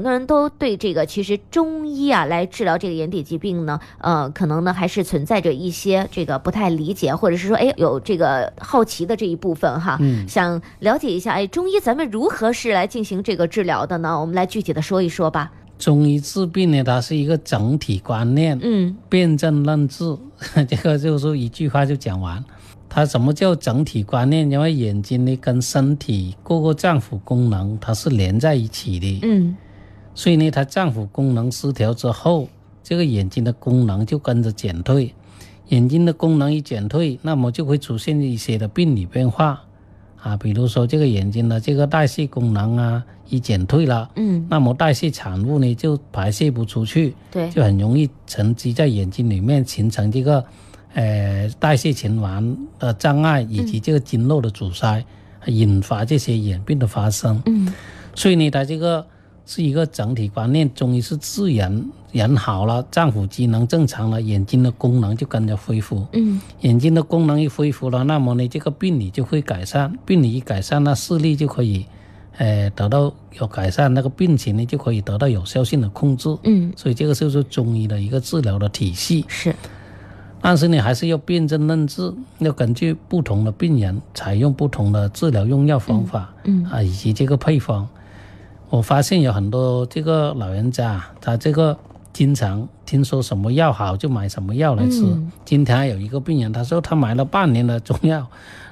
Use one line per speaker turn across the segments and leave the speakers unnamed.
很多人都对这个其实中医啊来治疗这个眼底疾病呢，呃，可能呢还是存在着一些这个不太理解，或者是说哎有这个好奇的这一部分哈，
嗯
想了解一下哎中医咱们如何是来进行这个治疗的呢？我们来具体的说一说吧。
中医治病呢，它是一个整体观念，
嗯
辨证论治， 这个就是一句话就讲完。它什么叫整体观念？因为眼睛呢跟身体各个脏腑功能它是连在一起的，
嗯
所以呢，它脏腑功能失调之后，这个眼睛的功能就跟着减退。眼睛的功能一减退，那么就会出现一些的病理变化啊，比如说这个眼睛的这个代谢功能啊一减退了，
嗯，
那么代谢产物呢就排泄不出去，
对，
就很容易沉积在眼睛里面，形成这个呃代谢循环的障碍，以及这个经络的阻塞，引发这些眼病的发生。
嗯
所以呢，它这个是一个整体观念，中医是治人，人好了，脏腑机能正常了，眼睛的功能就跟着恢复。
嗯
眼睛的功能一恢复了，那么呢，这个病理就会改善，病理一改善，那视力就可以，呃，得到有改善，那个病情呢就可以得到有效性的控制。
嗯，
所以这个就是中医的一个治疗的体系，
是，
但是呢，还是要辨证论治，要根据不同的病人采用不同的治疗用药方法，
嗯
啊，以及这个配方。我发现有很多这个老人家啊，他这个经常听说什么药好就买什么药来吃。
嗯
今天还有一个病人，他说他买了半年的中药，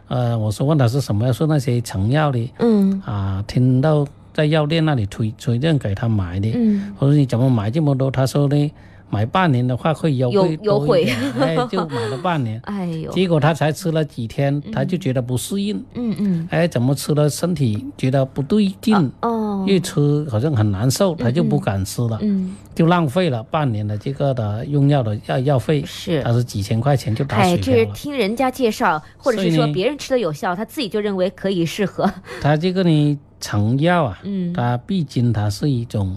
呃，我说问他是什么药，说那些成药的
嗯
啊，听到在药店那里推推荐给他买的，
嗯
我说你怎么买这么多？他说呢，买半年的话会优惠
有优
多
惠。
一点，哎，就买了半年
哎呦，
结果他才吃了几天，他就觉得不适应，
嗯嗯
哎，怎么吃了身体觉得不对劲，
哦，
越吃好像很难受，他就不敢吃了，
嗯
就浪费了半年的这个的用药的药药费，
是。
他是几千块钱就打
哎，
水
这是
漂了。
听人家介绍，或者是
所以
说
呢
别人吃的有效，他自己就认为可以适 合。
他这个呢，成药啊，
嗯，
它毕竟它是一种，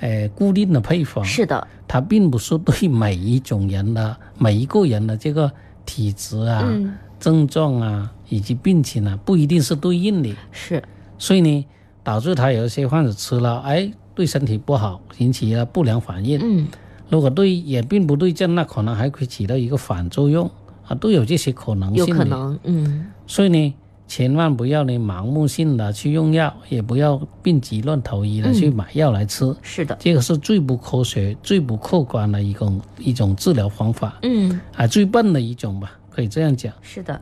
呃，固定的配方，
嗯是的，
它并不是对每一种人的 每一个人的这个体质啊、
嗯，
症状啊以及病情啊，不一定是对应的。
是，
所以呢，导致他有一些患者吃了，哎，对身体不好，引起了不良反应。
嗯
如果对眼病不对症，那可能还会起到一个反作用啊，都有这些可能
有
性的。
可能，嗯
所以呢，千万不要呢盲目性的去用药，也不要病急乱投医
嗯
的去买药来吃。
是的，
这个是最不科学、最不客观的一种一种治疗方法，
嗯
啊，最笨的一种吧，可以这样讲。
是的，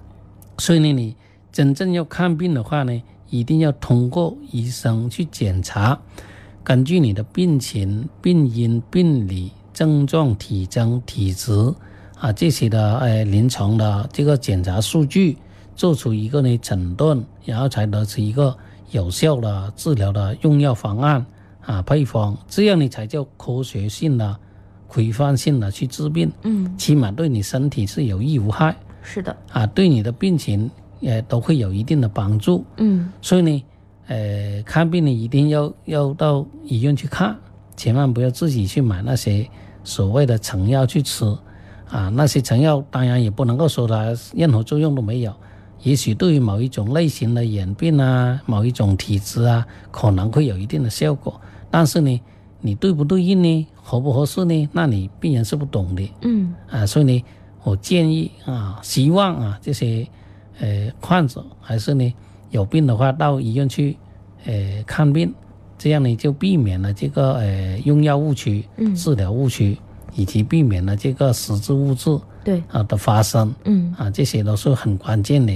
所以呢，你真正要看病的话呢，一定要通过医生去检查，根据你的病情、病因、病理、症状、体征、体质啊这些的呃临床的这个检查数据，做出一个呢诊断，然后才得出一个有效的治疗的用药方案啊配方，这样你才叫科学性的、规范性的去治病，
嗯
起码对你身体是有益无害。
是的，
啊，对你的病情也都会有一定的帮助。
嗯
所以呢，呃，看病呢一定要要到医院去看，千万不要自己去买那些所谓的成药去吃啊。那些成药当然也不能够说它任何作用都没有，也许对于某一种类型的眼病啊、某一种体质啊，可能会有一定的效果，但是呢，你对不对应呢？合不合适呢？那你病人是不懂的。
嗯
啊，所以呢，我建议啊，希望啊这些呃患者还是呢有病的话到医院去呃看病，这样呢就避免了这个呃用药误区、
嗯
治疗误区，以及避免了这个实质物质
对，
啊的发生
嗯
啊，这些都是很关键的。